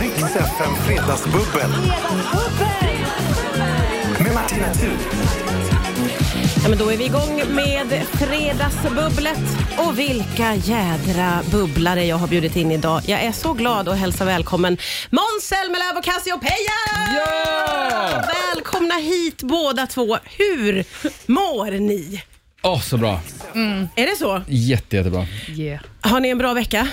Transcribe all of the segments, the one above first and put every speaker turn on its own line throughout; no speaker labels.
Rix FM Fredagsbubbel med Martina Thun.
Ja, men då är vi igång med Fredagsbubblet. Och vilka jädra bubblare jag har bjudit in idag. Jag är så glad och hälsar välkommen Måns Zelmerlöw och Cassiopeia!
Ja!
Välkomna hit båda två. Hur mår ni?
Åh, så bra.
Är det så?
Jätte, jättebra.
Yeah.
Har ni en bra vecka?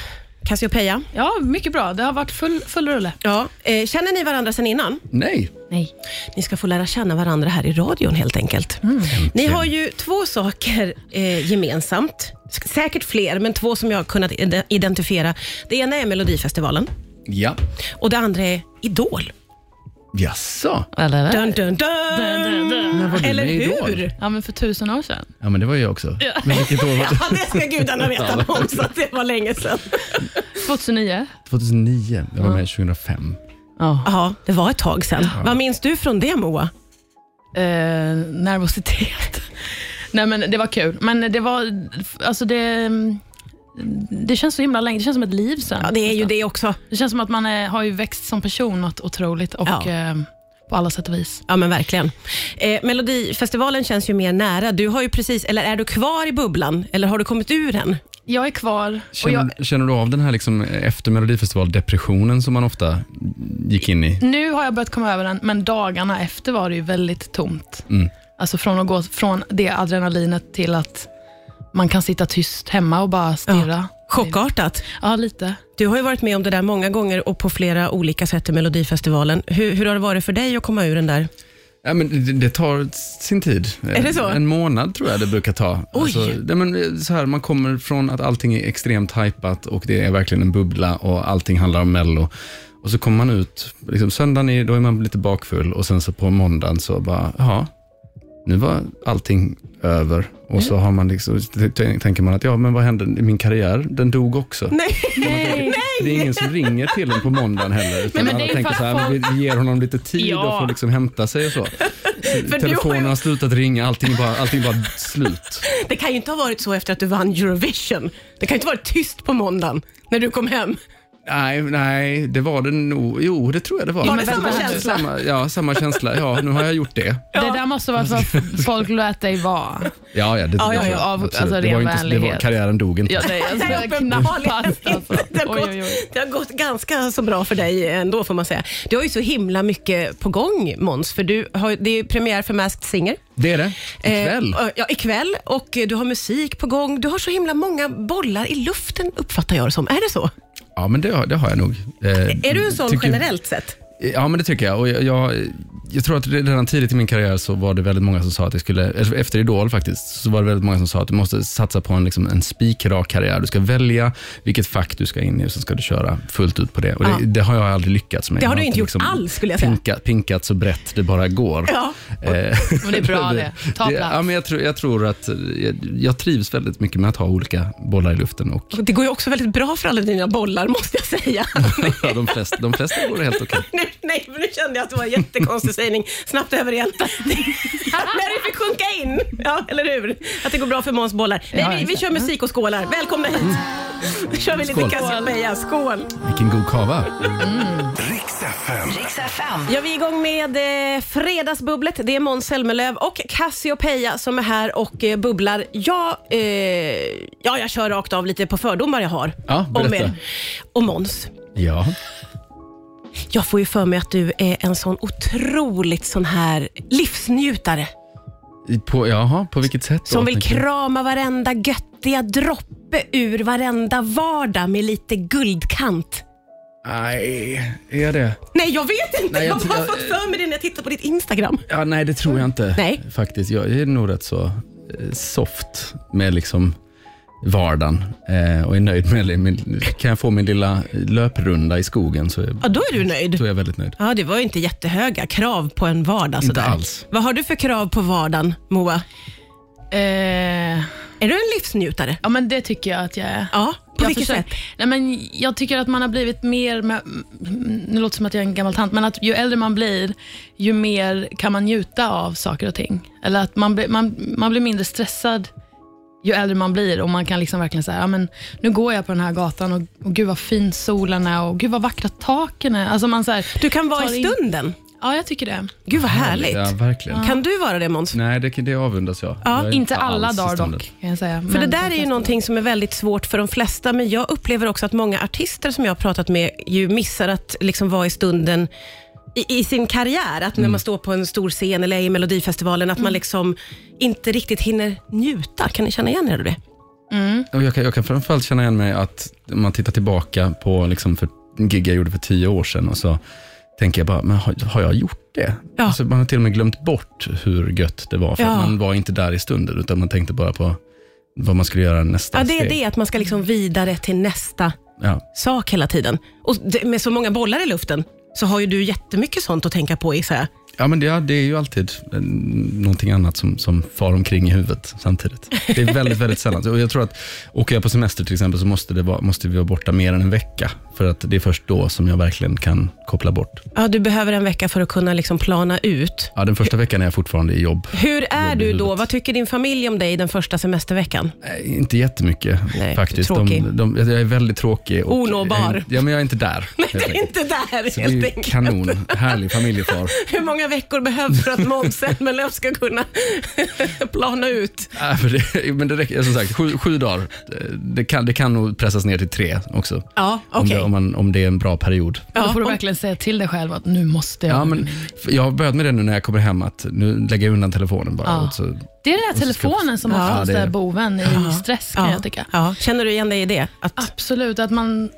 Cassiopeia?
Ja, mycket bra. Det har varit full, full rulle.
Ja. Eh, känner ni varandra sedan innan?
Nej.
Nej.
Ni ska få lära känna varandra här i radion helt enkelt. Ni har ju två saker eh, gemensamt. S- Säkert fler, men två som jag har kunnat ide- identifiera. Det ena är Melodifestivalen
Ja.
och det andra är Idol.
Jaså?
Eller?
Dun, dun, dun.
Var du
Eller
med i Idol?
hur?
Ja, men för tusen år sedan.
Ja, men det var jag också. Men vilket år var det?
Ja, det ska gudarna veta om, så att det var länge sedan.
2009.
2009. Jag var med 2005.
Ja.
Ja, det var ett tag sedan. Vad minns du från det, Moa?
Eh, nervositet. Nej, men det var kul. Men det var... Alltså det... Det känns så himla länge. Det känns som ett liv sen.
Ja, det är ju det också.
Det känns som att man är, har ju växt som person något otroligt och
Ja.
eh, på alla sätt och vis.
Ja, men verkligen. Eh, Melodifestivalen känns ju mer nära. Du har ju precis, eller är du kvar i bubblan, eller har du kommit ur den?
Jag är kvar. Och
Känner,
jag,
känner du av den här liksom efter Melodifestival-depressionen som man ofta gick in i?
nu har jag börjat komma över den, men dagarna efter var det ju väldigt tomt.
Mm.
Alltså från att gå från det adrenalinet till att man kan sitta tyst hemma och bara stirra.
Chockartat.
Ja, lite.
Du har ju varit med om det där många gånger och på flera olika sätt i Melodifestivalen. Hur, hur har det varit för dig att komma ur den där?
Ja, men det, det tar sin tid.
Är det så?
En månad tror jag det brukar ta.
Oj.
det, men, så här, man kommer från att allting är extremt hypat och det är verkligen en bubbla och allting handlar om Mello. Och så kommer man ut, liksom, söndagen är, då är man lite bakfull och sen så på måndagen så bara, jaha, nu var allting över. Och så har man liksom, t- t- tänker man att, ja men vad hände, min karriär, den dog också.
Nej.
Nej.
Det är ingen som ringer till en på måndagen heller. Utan
Nej, men det
alla
är ju
tänker
för
så här,
att
men vi ger honom lite tid
Ja.
och får liksom hämta sig och så. Telefonen har slutat ringa, allting är bara, allting är bara slut.
Det kan ju inte ha varit så efter att du vann Eurovision. Det kan ju inte ha varit tyst på måndagen när du kom hem.
Nej, nej, det var det nog. Jo, det tror jag det var.
Var det samma känsla?
Samma, ja, samma känsla. Ja, nu har jag gjort det.
Det där måste vara vad folk lät dig vara.
Ja, ja, det,
Ja,
det
ja,
tror jag.
ja, av-
Absolut.
alltså,
det
ren
var ju inte, det var,
vänlighet.
karriären dog inte.
Ja, det, alltså,
Nej, uppenbarligen
knappast. Alltså.
inte. Det har,
Oj, oj, oj.
gått, det har gått ganska så bra för dig ändå får man säga. Du har ju så himla mycket på gång Måns, för du har, det är ju premiär för Masked Singer.
Det är det. Ikväll.
Eh, ja, ikväll och eh, du har musik på gång. Du har så himla många bollar i luften uppfattar jag det som. Är det så?
Ja, men det, har- det har jag nog. Eh,
Är du en sån generellt sett?
Ja, men det tycker jag. Och jag, jag. Jag tror att redan tidigt i min karriär så var det väldigt många som sa att jag skulle, efter Idol faktiskt, så var det väldigt många som sa att du måste satsa på en, liksom, en spikrak karriär. Du ska välja vilket fack du ska in i och sen ska du köra fullt ut på det. Och det,
Ja.
det har jag aldrig lyckats med.
Det har
Jag
du inte
alltid
gjort alls, skulle jag säga.
Pinka, pinkat så brett det bara går.
Ja.
Eh,
Men det är bra det. Ta plats.
ja, men jag, tror, jag tror att eh, jag, jag trivs väldigt mycket med att ha olika bollar i luften och
Det går ju också väldigt bra för alla dina bollar måste jag säga.
de flesta, de flesta går det helt okej.
Nu, nej, men nu kände jag att det var en jättekonstig sägning. Snabbt över igen. När det fick sjunka in. Ja, eller hur? Att det går bra för Måns bollar.
Ja,
Nej, vi, vi
exakt.
kör musik och skålar. Välkomna hit. Nu kör vi lite
Mm. Skål.
Cassiopeia. Skål.
Vilken god kava.
Rix FM.
Ja, vi är igång med eh, Fredagsbubblet. Det är Måns Zelmerlöw och Cassiopeia som är här och eh, bubblar. Jag, eh, ja, jag kör rakt av lite på fördomar jag har
Ja,
om
berätta.
er. Och Måns,
Ja.
jag får ju för mig att du är en sån otroligt sån här livsnjutare.
I- På, jaha, på vilket sätt? då,
Som vill
tänker du?
krama varenda göttiga droppe ur varenda vardag med lite guldkant.
Nej, är det?
Nej, jag vet inte.
Nej,
jag
jag
har
tror-
bara fått för mig det när jag tittar på ditt Instagram.
Ja, nej, det tror jag inte.
Nej.
Faktiskt, jag är nog rätt så eh, soft med liksom vardagen eh, och är nöjd med det. Min, kan jag få min lilla löprunda i skogen så är,
Ja, då är du nöjd.
då är jag väldigt nöjd.
Ja, det var ju inte jättehöga krav på en vardag.
Inte
sådär.
alls.
Vad har du för krav på vardagen, Moa?
Eh,
Är du en livsnjutare?
ja, men det tycker jag att jag är.
Ja, på
jag
vilket
försöker-
sätt?
Nej, men jag tycker att man har blivit mer, med, mm, nu låter det som att jag är en gammal tant, men att ju äldre man blir, ju mer kan man njuta av saker och ting. Eller att man, blir- man, man blir mindre stressad ju äldre man blir och man kan liksom verkligen säga, ja men nu går jag på den här gatan och, och gud vad fin solen är och gud vad vackra taken är. Alltså man så här,
Du kan vara
tar
i
in-
stunden.
Ja, jag tycker det.
Gud vad härligt.
Ja, verkligen.
Kan du vara det Måns?
Nej, det, det avundas jag. jag är
Inte
inte
alla
alls i
dagar
ståndet.
dock, kan jag säga.
För det där är ju någonting som är väldigt svårt för de flesta, men jag upplever också att många artister som jag har pratat med ju missar att liksom vara i stunden i, i sin karriär. Att när
Mm.
man står på en stor scen eller i Melodifestivalen, att man liksom inte riktigt hinner njuta. Kan ni känna igen er i det?
Och Jag kan, jag kan framförallt känna igen mig att om man tittar tillbaka på liksom för en gig jag gjorde för tio år sedan och så tänker jag bara, men har, har jag gjort det?
Ja.
Alltså man har till och med glömt bort hur gött det var, för
Ja.
att man var inte där i stunden, utan man tänkte bara på vad man skulle göra nästa
Ja, det är
steg.
det, att man ska liksom vidare till nästa
Ja.
sak hela tiden. Och det, med så många bollar i luften så har ju du jättemycket sånt att tänka på gissar jag.
ja, men det, ja, det är ju alltid eh, någonting annat som, som far omkring i huvudet samtidigt. Det är väldigt, väldigt sällan. Och jag tror att åker jag på semester till exempel så måste, det vara, måste vi vara borta mer än en vecka, för att det är först då som jag verkligen kan koppla bort.
Ja, du behöver en vecka för att kunna liksom plana ut.
Ja, den första veckan är jag fortfarande i jobb.
Hur är
Jobb i
du då?
huvudet.
Vad tycker din familj om dig den första semesterveckan?
Nej, Inte jättemycket
Nej,
faktiskt.
tråkig.
De, de, jag är väldigt tråkig. Och
Onåbar.
Jag är, ja, men jag är inte där. helt
Det är
enkelt.
inte där
Så det
helt
är ju
enkelt.
kanon. Härlig familjefar.
Hur många veckor behövs för att Måns Zelmerlöw ska kunna plana ut?
Ja, för det, men det räcker, som sagt, sju, sju dagar. Det kan, det kan nog pressas ner till tre också.
Ja,
Om,
okej.
det, om, man, om det är en bra period.
Då
Ja,
får du
om-
verkligen säga till dig själv att nu måste jag.
Ja, men jag har börjat med det nu när jag kommer hem, att nu lägger jag undan telefonen bara.
Ja.
Och så,
Det är den där
så ska-
telefonen som
Ja,
oftast
det är
är
det.
boven i stress kan
ja,
jag tycka. Ah.
ja. Känner du igen dig i det? Att,
Absolut, att man,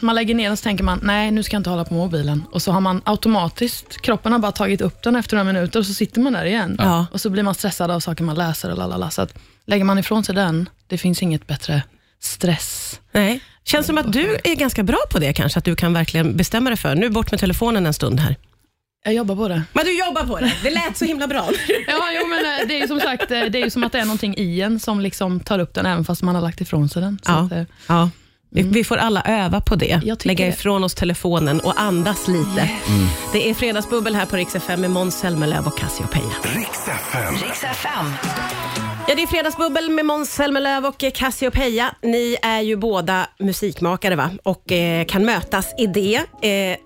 man lägger ner och så tänker man, nej nu ska jag inte hålla på mobilen. Och så har man automatiskt, kroppen har bara tagit upp den efter några minuter och så sitter man där igen.
Ja.
Och så blir man stressad av saker man läser och lalala. Så att lägger man ifrån sig den, det finns inget bättre stress.
nej. Känns som att du är ganska bra på det kanske, att du kan verkligen bestämma dig för. Nu bort med telefonen en stund här.
Jag jobbar på det.
Men du jobbar på det. Det lät så himla bra.
Ja, jo, men eh, det är ju som sagt, eh, det är ju som att det är någonting i en som liksom tar upp den även fast man har lagt ifrån sig den. Så
Ja.
att, eh,
Ja. Vi, vi får alla öva på det.
Mm. Jag tycker
Lägga
det.
ifrån oss telefonen och andas lite. Det är Fredagsbubbel här på Rix FM med Måns Zelmerlöw och Cassiopeia.
Riks FM.
Riks FM.
Ja, det är Fredagsbubbel med Måns Zelmerlöw och eh, Cassiopeia. Ni är ju båda musikmakare va? och eh, kan mötas i det. Eh,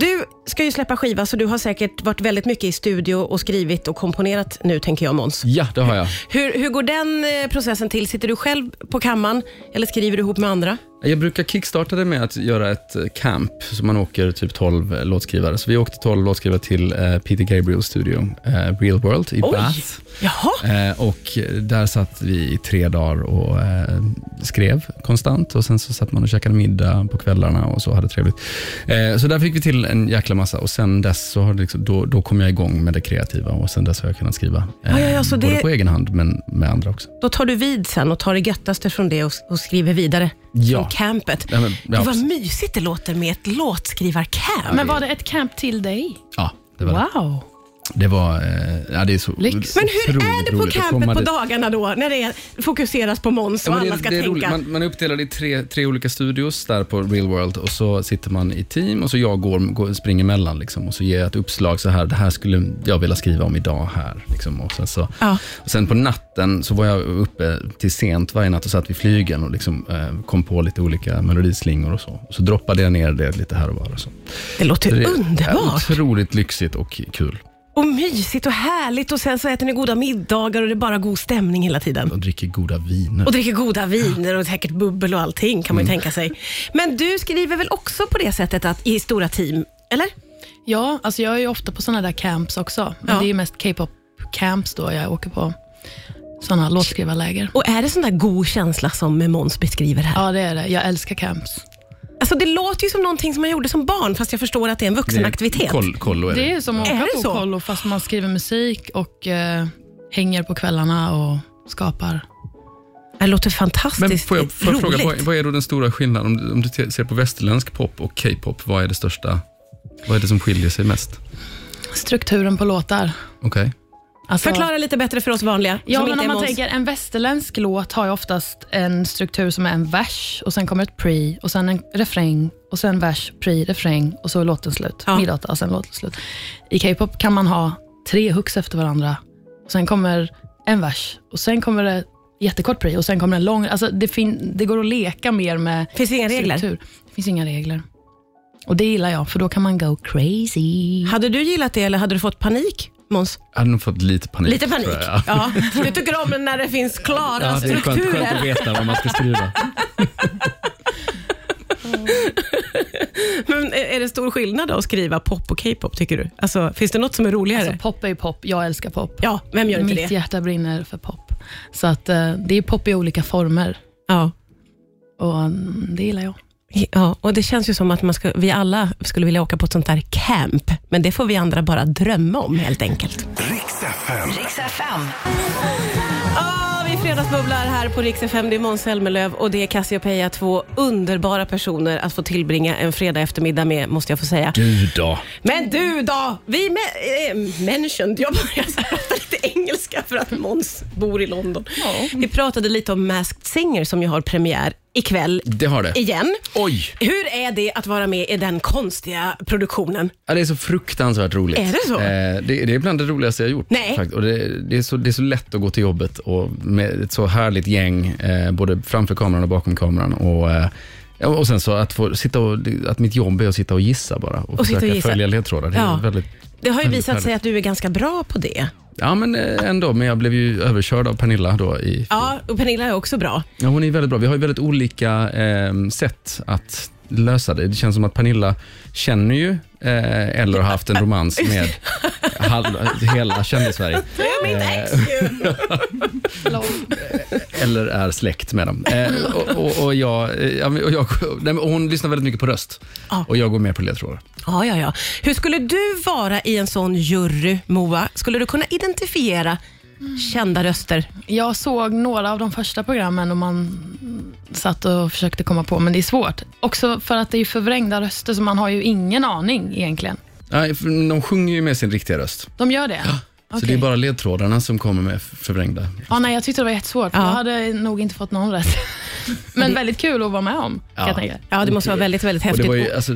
du ska ju släppa skiva, så du har säkert varit väldigt mycket i studio och skrivit och komponerat nu, tänker jag Måns.
ja, det har jag.
Hur, hur går den eh, processen till? Sitter du själv på kammaren eller skriver du ihop med andra?
Jag brukar kickstarta det med att göra ett eh, camp, så man åker typ 12 eh, låtskrivare. Så vi åkte 12 låtskrivare till eh, Peter Gabriels studio, eh, Real World i Bath.
Jaha,
Eh, och där satt vi i tre dagar och eh, skrev konstant och sen så satt man och käkade middag på kvällarna och så hade trevligt. Eh, så där fick vi till en jäkla massa och sen dess så har det liksom, då, då kom jag igång med det kreativa och sen dess har jag kunnat skriva. eh,
Ja, ja, ja, så
både
det-
på egen hand men med andra också.
då tar du vid sen och tar det göttaste från det och, och skriver vidare.
Ja.
Från campet.
Ja, men- ja,
Gud, vad
precis.
mysigt det låter med ett låtskrivarcamp.
men var det ett camp till dig?
Ja, det var det.
Wow.
Det var, eh, ja det är så
Lyx.
Men hur
otroligt
är det på
roligt att komma
campet på
dit.
dagarna då, när det är, fokuseras på Måns och
Ja, men
alla ska
det är
tänka?
roligt. Man, man är uppdelad i tre, tre olika studios där på Real World och så sitter man i team och så jag går, går, springer mellan liksom, och så ger jag ett uppslag så här, det här skulle jag vilja skriva om idag här. Liksom, och sen, så,
Ja.
och sen på natten så var jag uppe till sent varje natt och satt vid flygeln och liksom, eh, kom på lite olika melodislingor och så. Och så droppade jag ner det lite här och var. Och så.
det låter
Så det är
underbart
Otroligt lyxigt och kul.
och mysigt och härligt och sen så äter ni goda middagar och det är bara god stämning hela tiden.
Och dricker goda viner.
Och dricker goda viner och säkert bubbel och allting kan man
Mm.
ju tänka sig. Men du skriver väl också på det sättet att i stora team, eller?
Ja, alltså jag är ju ofta på sådana där camps också. Men
Ja.
det är ju mest K-pop-camps då jag åker på. Sådana låtskrivarläger.
Och är det sån där god känsla som Måns beskriver här?
Ja, det är det. Jag älskar camps.
Alltså det låter ju som någonting som man gjorde som barn fast jag förstår att det är en
Det är
vuxenaktivitet.
Koll, kollo är det.
Det är ju som att
Är
åka
det
på
så?
kollo fast man skriver musik och eh, hänger på kvällarna och skapar.
Det låter fantastiskt
Men får jag, får jag fråga,
roligt.
vad, vad är då den stora skillnaden? Om, du- om du te- ser på västerländsk pop och K-pop, vad är det största? Vad är det som skiljer sig mest?
Strukturen på låtar.
Okej.
Alltså-
Förklara lite bättre för oss vanliga
Ja,
som
men
inte
om
är
man
Måns.
tänker en västerländsk låt har ju oftast en struktur som är en vers och sen kommer ett pre och sen en refräng och sen vers, pre, refräng och så är låten slut.
Ja.
Midåtta och sen låten slut. I K-pop kan man ha tre hooks efter varandra och sen kommer en vers och sen kommer det jättekort prio och sen kommer en lång. Alltså det, fin- det går att leka mer med
Finns det inga regler?
struktur. Det finns inga regler. Och det gillar jag, för då kan man go crazy.
Hade du gillat det eller hade du fått panik, Måns?
Jag hade nog fått lite panik.
Lite panik.
tror jag.
Ja. Du tycker om när det finns klara
Ja, det är skönt, skönt
strukturer.
att veta vad man ska skriva.
Men är är det stor skillnad då att skriva pop och K-pop, tycker du? Alltså, finns det något som är roligare?
Alltså, pop är ju pop. Jag älskar pop.
ja, vem gör inte
Mitt
det?
hjärta brinner för pop. Så att, eh, det är pop i olika former
Ja.
och mm, det gillar jag.
ja, och det känns ju som att man ska, vi alla skulle vilja åka på ett sånt där camp, men det får vi andra bara drömma om helt enkelt.
Riks FM.
Riks FM.
Ja, Ah, vi fredagsbubblar här på Rix FM. Det är Måns Zelmerlöw och det är Cassiopeia. Två underbara personer att få tillbringa en fredag eftermiddag med, måste jag få säga.
Du då?
Men du då? Vi me- eh, mentioned, jag börjar så här prata lite engelska för att Måns bor i London. Vi pratade lite om Masked Singer som ju har premiär ikväll
Det har det.
igen.
Oj!
Hur är det att vara med i den konstiga produktionen?
Ja, det är så fruktansvärt roligt.
Är det så?
Eh, det, det är bland det roligaste jag gjort.
Nej.
Faktiskt. Och det, det, är så, det är så lätt att gå till jobbet och med ett så härligt gäng, eh, både framför kameran och bakom kameran. Och, eh, ja, och sen så att, få sitta och, att mitt jobb är att sitta och gissa bara och,
Och sitta och
försöka
gissa.
följa ledtrådar. Det är
Ja.
väldigt,
Det har ju
Väldigt
visat sig
härligt.
att du är ganska bra på det.
ja, men eh, ändå. Men jag blev ju överkörd av Pernilla då i
Ja, och Pernilla är också bra.
Ja, hon är väldigt bra. Vi har ju väldigt olika eh, sätt att lösa det. Det känns som att Pernilla känner ju eh, eller har haft en romans med halva, hela kändis-Sverige.
Du är mitt ex ju!
Eller är släkt med dem. Eh, och, och, och jag, eh, ja, men- och jag, nej, men hon lyssnar väldigt mycket på röst
Ja.
och jag går med på ledtrådar.
Ja, ja, ja. Hur skulle du vara i en sån jury, Moa? Skulle du kunna identifiera kända röster?
Jag såg några av de första programmen och man satt och försökte komma på, men det är svårt. Också för att det är förvrängda röster, så man har ju ingen aning egentligen.
Nej, för de sjunger ju med sin riktiga röst.
De gör det?
Så
Okej.
det är bara ledtrådarna som kommer med förvrängda.
Ja, nej, jag tyckte det var jättesvårt.
Ja.
Jag hade nog inte fått någon rätt. Men väldigt kul att vara med om, kan
Ja.
jag tänka.
Ja, det måste vara väldigt, väldigt
Och
häftigt.
det, var ju, alltså,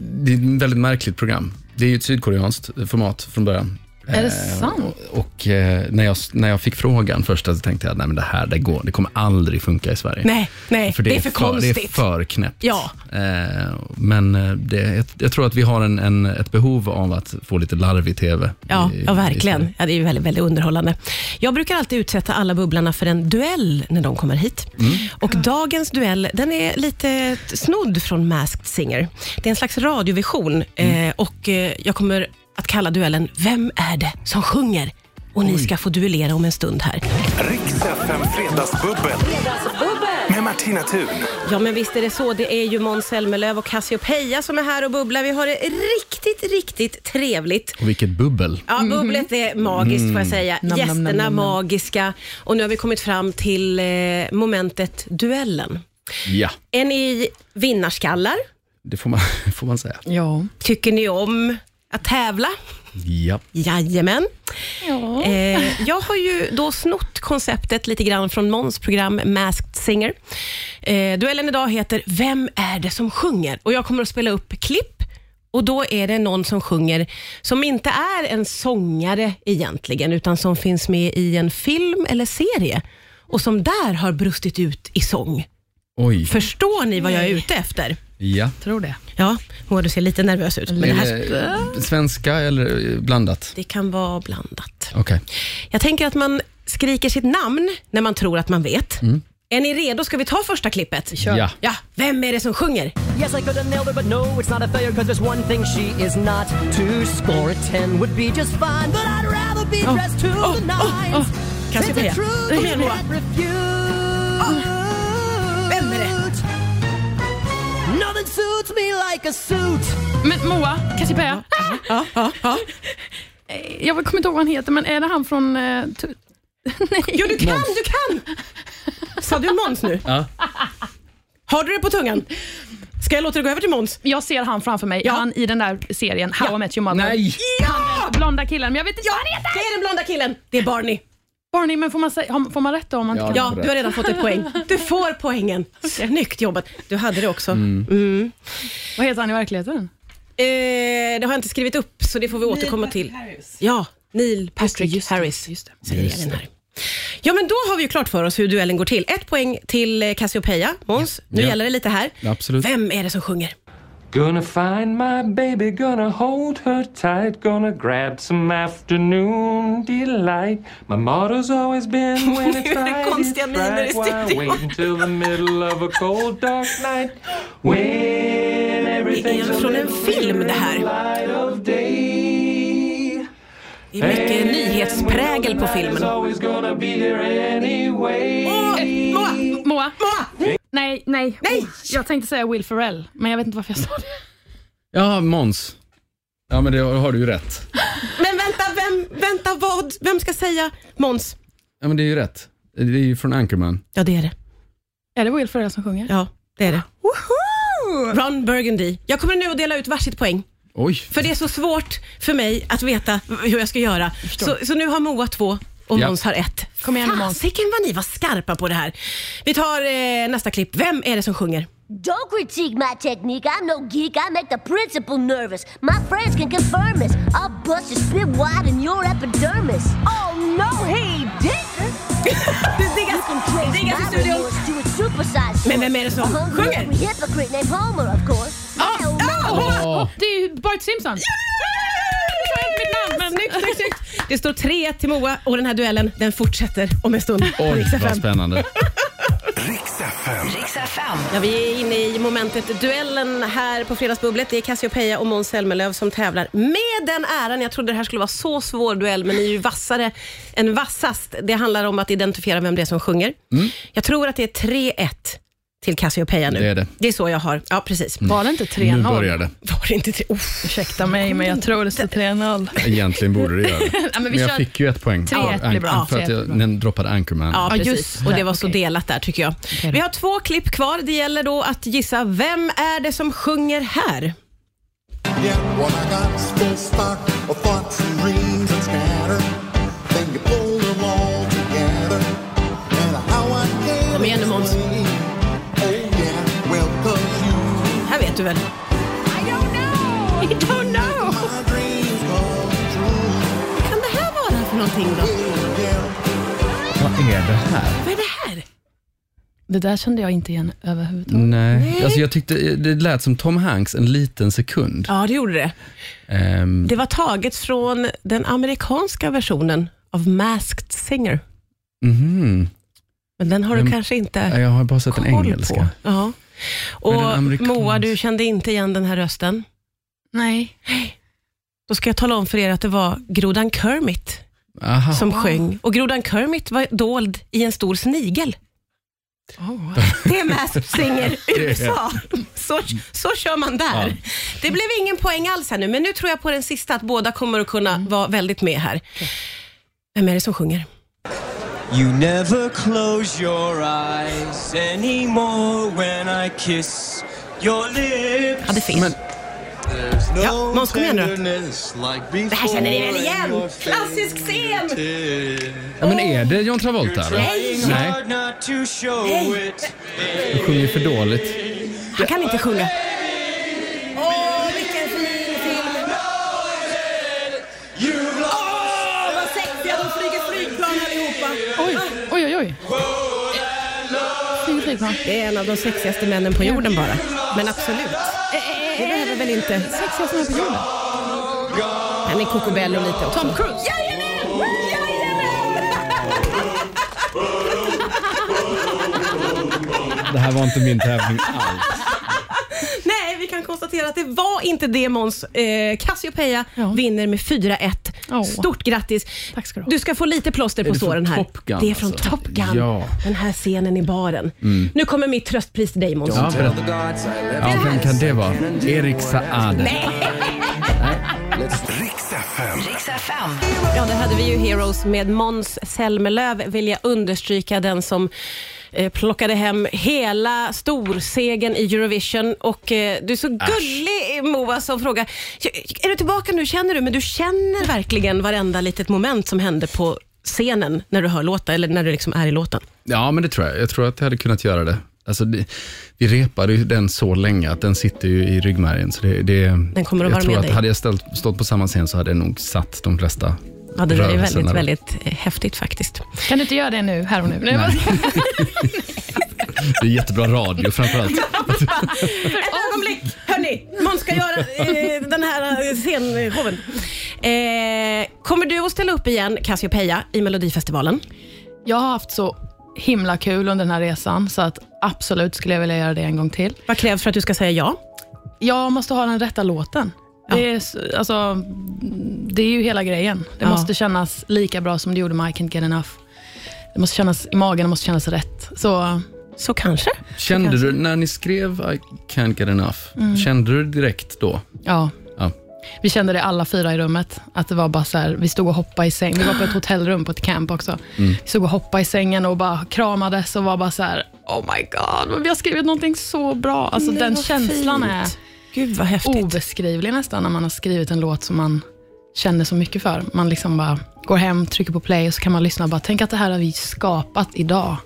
det är ett väldigt märkligt program. Det är ju ett sydkoreanskt format från början.
Är det
Eh,
sant?
Och, och eh, när, jag, när jag fick frågan först så tänkte jag, nej men det här det går, det kommer aldrig funka i Sverige.
Nej, nej, det, är för, konstigt.
Det är för knäppt.
Ja.
Eh, men eh, det, jag, jag tror att vi har en, en, ett behov av att få lite larvig TV.
Ja,
i-
ja,
i
verkligen.
Sverige.
Ja, det är ju väldigt, väldigt underhållande. Jag brukar alltid utsätta alla bubblarna för en duell när de kommer hit. Och Dagens duell den är lite snodd från Masked Singer. Det är en slags radiovision eh, och eh, jag kommer att kalla duellen Vem är det som sjunger? Och ni ska få duellera om en stund här.
Riks FM Fredagsbubbel. Med Martina Thun.
Ja, men visst är det så. Det är ju Måns Zelmerlöw och Cassiopeia som är här och bubblar. Vi har det riktigt, riktigt trevligt.
Och vilket bubbel.
Ja, bubblet är magiskt får jag säga.
Mhm. Mm. nam,
Gästerna
nam, nam, nam.
magiska. Och nu har vi kommit fram till eh, momentet duellen.
Ja,
Är ni vinnarskallar?
det får man, får man säga.
Ja.
Tycker ni om att tävla?
Ja.
Jajamän.
ja.
Eh, jag har ju då snott konceptet lite grann från Måns program Masked Singer. Eh, duellen idag heter Vem är det som sjunger? Och Jag kommer att spela upp klipp och då är det någon som sjunger som inte är en sångare egentligen, utan som finns med i en film eller serie och som där har brustit ut i sång.
Oj.
Förstår ni vad jag är ute efter?
Ja.
tror det.
Ja, Moa, du ser lite nervös ut. Men det, här,
Eh, Svenska eller eh, blandat?
det kan vara blandat.
Okej.
Jag tänker att man skriker sitt namn när man tror att man vet. Är ni redo? Ska Mm. vi ta första klippet?
Ja.
Ja, vem är det som sjunger?
Yes, I could have nailed her, but no, it's not a failure, cause there's one thing she is not. To score a 10 would be just fine, but I'd rather be dressed to
oh,
the
oh,
nines.
Kan
Since
se
the
på det.
truth
Kom
you
igen, Moa.
can't refuse.
Vem är
Nothing suits me like a suit.
Men Moa, Cassiopeia. Ah!
Ja, ja, ja.
Jag kommer inte ihåg vad han heter, men är det han från... eh, Tu-
Jo, du kan, du kan! Sa du Måns nu?
Ja.
Har du det på tungan? Ska jag låta det gå över till Måns?
jag ser han framför mig. Han i den där serien How I Met Your Mother.
Nej!
Han, den blonda killen, men jag vet inte vad han heter!
Det är den blonda killen. Det är Barney.
Barney, men får man, säga, har- får man rätt då om man inte
Ja.
kan?
Ja, du har redan fått ett poäng. Du får poängen. Snyggt jobbat. Du hade det också. Mm.
Vad heter han i verkligheten?
Eh, det har jag inte skrivit upp, så det får vi återkomma till. Ja, Neil Patrick Harris.
Just det.
säger den här. Ja, men då har vi ju klart för oss hur duellen går till. Ett poäng till eh, Cassiopeia. Måns, nu
Ja.
gäller det lite här.
Absolut.
Vem är det som sjunger?
Gonna find my baby, gonna hold her tight, gonna grab some afternoon delight. My motto's always been when it's
Nu är det
right,
konstiga
it's
miner i
right. Why
studion?
wait until the middle of a cold dark night when
Det
everything's
är
a
från en
little
film det här.
light of day?
Det är mycket nyhetsprägel på filmen.
Always gonna be here anyway.
Åh, Moa!
Moa?
Moa!
Nej, nej.
Nej!
Jag tänkte säga Will Ferrell, men jag vet inte varför jag sa det.
Ja, Måns. Ja, men det har du ju rätt.
Men vänta, vem, vänta vad? Vem ska säga Måns?
Ja, men det är ju rätt. Det är ju från Anchorman.
Ja, det är det.
Är det Will Ferrell som sjunger?
Ja, det är det. Ron Burgundy. Jag kommer nu att dela ut varsitt poäng.
Oj.
För det är så svårt för mig att veta hur jag ska göra. Så, så nu har Moa två och
Ja.
Måns har ett.
Kom igen nu, Måns.
Fasiken vad ni var skarpa på det här. Vi tar eh, nästa klipp. Vem är det som sjunger?
Don't critique my technique. I'm no geek. I make the principal nervous. My friends can confirm this. I'll bust your spit wide in your epidermis. Oh no, he didn't. You can trace
Diggas i
my
studion.
remorse to a supersized
Men
source.
vem är det som
A hungry,
sjunger?
hungry hypocrite named Homer, of course.
Oh,
Hell no.
Åh.
Det är ju Bart Simpson.
Snyggt, snyggt, snyggt. Det står 3 till Moa och den här duellen den fortsätter om en stund. på
Oj,
Rix
vad
FM.
spännande.
Riks FM.
Ja, vi är inne i momentet duellen här på Fredagsbubblet. Det är Cassiopeia och Måns Zelmerlöw som tävlar med den äran. Jag trodde det här skulle vara så svår duell, men ni är ju vassare än vassast. Det handlar om att identifiera vem det är som sjunger. Jag tror att det är 3-1 till Cassiopeia nu.
Mm. Det Mm. är det.
Det är så jag har. Ja, precis.
Var det inte
Nu
3-0?
börjar det.
Var det inte tre? Oh.
Ursäkta mig, men jag tror det står 3-0.
Egentligen borde det göra det.
men vi
Men jag
kör-
fick ju ett poäng.
3-1 blir bra.
För att jag den droppade Anchorman.
Ja,
Ja,
precis.
just
och det
det.
var så
Okej.
delat där tycker jag.
då.
Vi har två klipp kvar. Det gäller då att gissa vem är det som sjunger här?
Yeah, well, I got this full stock of thoughts and dreams that scatter. Then you pull them all together. And how I can
Kom igen nu, Måns.
explain. Oh, yeah, well, 'cause you,
Här vet du väl? I don't know! I don't know!
my dreams come true.
Vad kan det här vara för någonting då?
Oh, yeah.
Vad är det här?
Vad är det här?
Det där kände jag inte igen överhuvudtaget.
Nej, alltså jag tyckte det lät som Tom Hanks en liten sekund.
Ja, det gjorde det.
Ehm,
Det var taget från den amerikanska versionen av Masked Singer.
mhm.
Men den har du
Men-
kanske inte
Nej, Jag har bara sett den
koll på.
engelska.
Ja.
den
Och
amerikanska-
Moa, du kände inte igen den här rösten.
Nej.
Då ska jag tala om för er att det var Grodan Kermit
Aha.
som sjöng. Och Grodan Kermit var dold i en stor snigel. Det är Masked Singer USA. Så, så kör man där. Det blev ingen poäng alls här nu, men nu tror jag på den sista att båda kommer att kunna vara väldigt med här. Vem är det som sjunger?
You never close your eyes anymore when I kiss your lips.
Ja, det finns.
Men-
Ja, Måns, kom igen nu.
Det
här känner ni väl igen? Klassisk scen!
Ja, men är det John Travolta? eller?
Nej.
Nej,
Hard not to show
Hey.
it.
jag sjunger för dåligt.
Han kan inte sjunga. Åh, vilken fin film! Åh, vad sexiga! De flyger flygplan allihopa.
Oj, oj, oj. oj. Fint flygplan.
Det är en av de sexigaste männen på jorden bara. Men absolut. Det behöver väl inte...
Sexigaste människa på jorden.
Han är kokobello lite också.
Tom Cruise.
Jajamän! Jajamän!
Det här var inte min tävling alls.
Nej, vi kan konstatera att det var inte det Måns. Eh, Cassiopeia
Ja.
vinner med 4-1.
Åh.
Stort grattis.
Tack ska du ha.
Du ska få lite plåster på
det från
såren här.
Top Gun,
det är från
alltså?
Top Gun.
Ja.
Den här scenen i baren. Nu kommer mitt tröstpris till dig Måns.
Ja, berätta. Ja, vem kan det vara? Erik Saade.
Riks FM.
Ja, där hade vi ju Heroes med Måns Zelmerlöw, vill jag understryka, den som eh, plockade hem hela storsegen i Eurovision. Och eh, du är så gullig Moa som frågar, är du tillbaka nu känner du? Men du känner verkligen varenda litet moment som hände på scenen när du hör låten, eller när du liksom är i låten.
Ja, men det tror jag. Jag tror att jag hade kunnat göra det. Alltså, det, vi repade ju den så länge att den sitter ju i ryggmärgen. Så det, det,
Den kommer att
jag
vara
tror
med
att
dig.
Hade jag ställt, stått på samma scen så hade jag nog satt de flesta
Ja, det där är
rörelserna
väldigt,
då.
väldigt eh, häftigt faktiskt.
Kan du inte göra det nu, här och nu? Nej. men-
Det är jättebra radio framförallt.
Ett ögonblick, hörni. Måns ska göra eh, den här eh, scenshowen. Eh, kommer du att ställa upp igen, Cassiopeia, i Melodifestivalen?
Jag har haft så himla kul under den här resan, så att absolut skulle jag vilja göra det en gång till.
Vad krävs för att du ska säga ja?
Jag måste ha den rätta låten. Det, är, s- alltså, det är ju hela grejen. Det
Ja.
måste kännas lika bra som det gjorde med I Can't Get Enough. Det måste kännas i magen, det måste kännas rätt. Så
Så kanske.
Kände du, när ni skrev I can't get enough,
Mm.
kände du direkt då?
ja,
Ja.
vi kände det alla fyra i rummet. Att det var bara så här, vi stod och hoppade i säng. Vi var på ett hotellrum på ett camp också. Vi stod och hoppade i sängen och bara kramades och var bara så här, oh my god, men vi har skrivit någonting så bra. Alltså den känslan är...
Gud vad häftigt.
obeskrivlig nästan när man har skrivit en låt som man känner så mycket för. Man liksom bara går hem, trycker på play och så kan man lyssna och bara tänk att det här har vi skapat idag.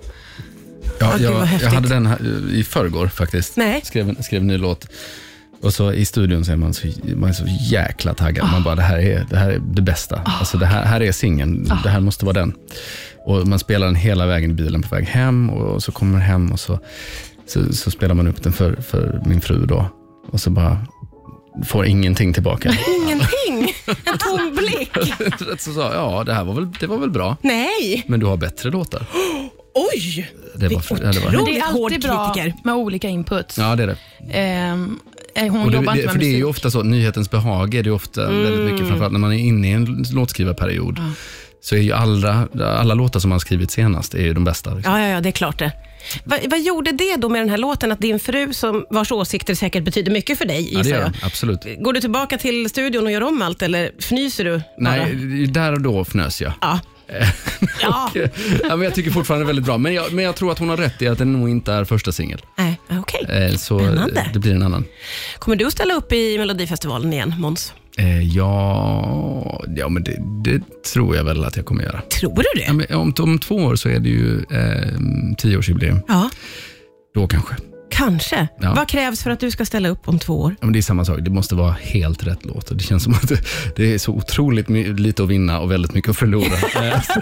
Ja,
gud, vad
jag,
häftigt.
jag hade den här eh, i förrgår faktiskt.
Nej.
Skrev, en- skrev en ny låt. Och så i studion så är man så, man är så jäkla taggad. Man bara, det här är det, här är det bästa. Alltså det här, här är singeln. Det här måste vara den. Och man spelar den hela vägen i bilen på väg hem och så kommer man hem och så, så, så spelar man upp den för, för min fru då. Och så bara, får ingenting tillbaka.
Ingenting. En tom blick.
så sa jag, ja det här var väl, det var väl bra.
Nej.
Men du har bättre låtar.
Oj!
Det var, ja, det var,
otroligt.
Det är alltid
Otroligt hård
bra
kritiker.
med olika inputs.
ja det är det.
Ehm, eh, hon
Och det,
jobbar
det,
inte
för
med
det är
musik.
ju ofta så, nyhetens behag är det ju ofta väldigt mycket, framförallt när man är inne i en låtskrivarperiod. Så är ju alla, alla låtar som man har skrivit senast är ju de bästa. Liksom.
Ja, ja, ja, det är klart det. Va, vad gjorde det då med den här låten, att din fru, som, vars åsikter säkert betyder mycket för dig,
Ja, det
gissar
gör
jag.
de, absolut.
Går du tillbaka till studion och gör om allt, eller fnyser du? bara?
Nej, det är där och då fnös jag.
Ja. ja.
ja, men jag tycker fortfarande det är väldigt bra, men jag, men jag tror att hon har rätt i att den nog inte är första singel.
Nej, okej.
Eh, Så
Spännande.
det blir en annan.
Kommer du att ställa upp i Melodifestivalen igen, Måns?
Eh, Ja, ja men det, det tror jag väl att jag kommer göra.
Tror du
Ja,
det?
men om, om två år så är det ju eh, tioårsjubileum.
Ja,
Då kanske.
kanske.
Ja.
Vad krävs för att du ska ställa upp om två år?
Ja, men det är samma sak, det måste vara helt rätt låt. Och Det känns som att det, det är så otroligt my- lite att vinna och väldigt mycket att förlora. Eh,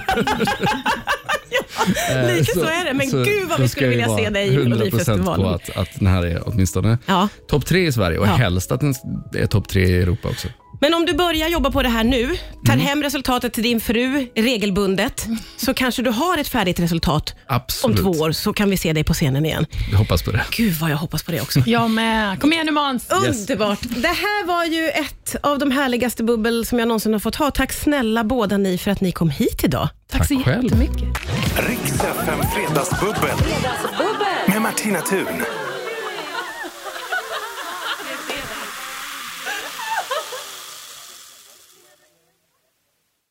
eh,
Lite så är det, men gud vad vi skulle
då ska jag
vilja
vara
se dig i
100% på
Melodifestivalen.
att, att den här är åtminstone
Ja.
topp tre i Sverige och
Ja.
helst att den är topp tre i Europa också.
Men om du börjar jobba på det här nu, tar hem resultatet till din fru regelbundet, så kanske du har ett färdigt resultat
Absolut.
om två år, så kan vi se dig på scenen igen.
Jag hoppas på det.
Gud vad jag hoppas på det också.
Jag med. Kom igen nu Måns.
Underbart. Det här var ju ett av de härligaste bubbel som jag någonsin har fått ha. Tack snälla båda ni för att ni kom hit idag.
Tack så
Tack själv.
jättemycket.
Riks FM Fredagsbubbel. Med Martina Thun.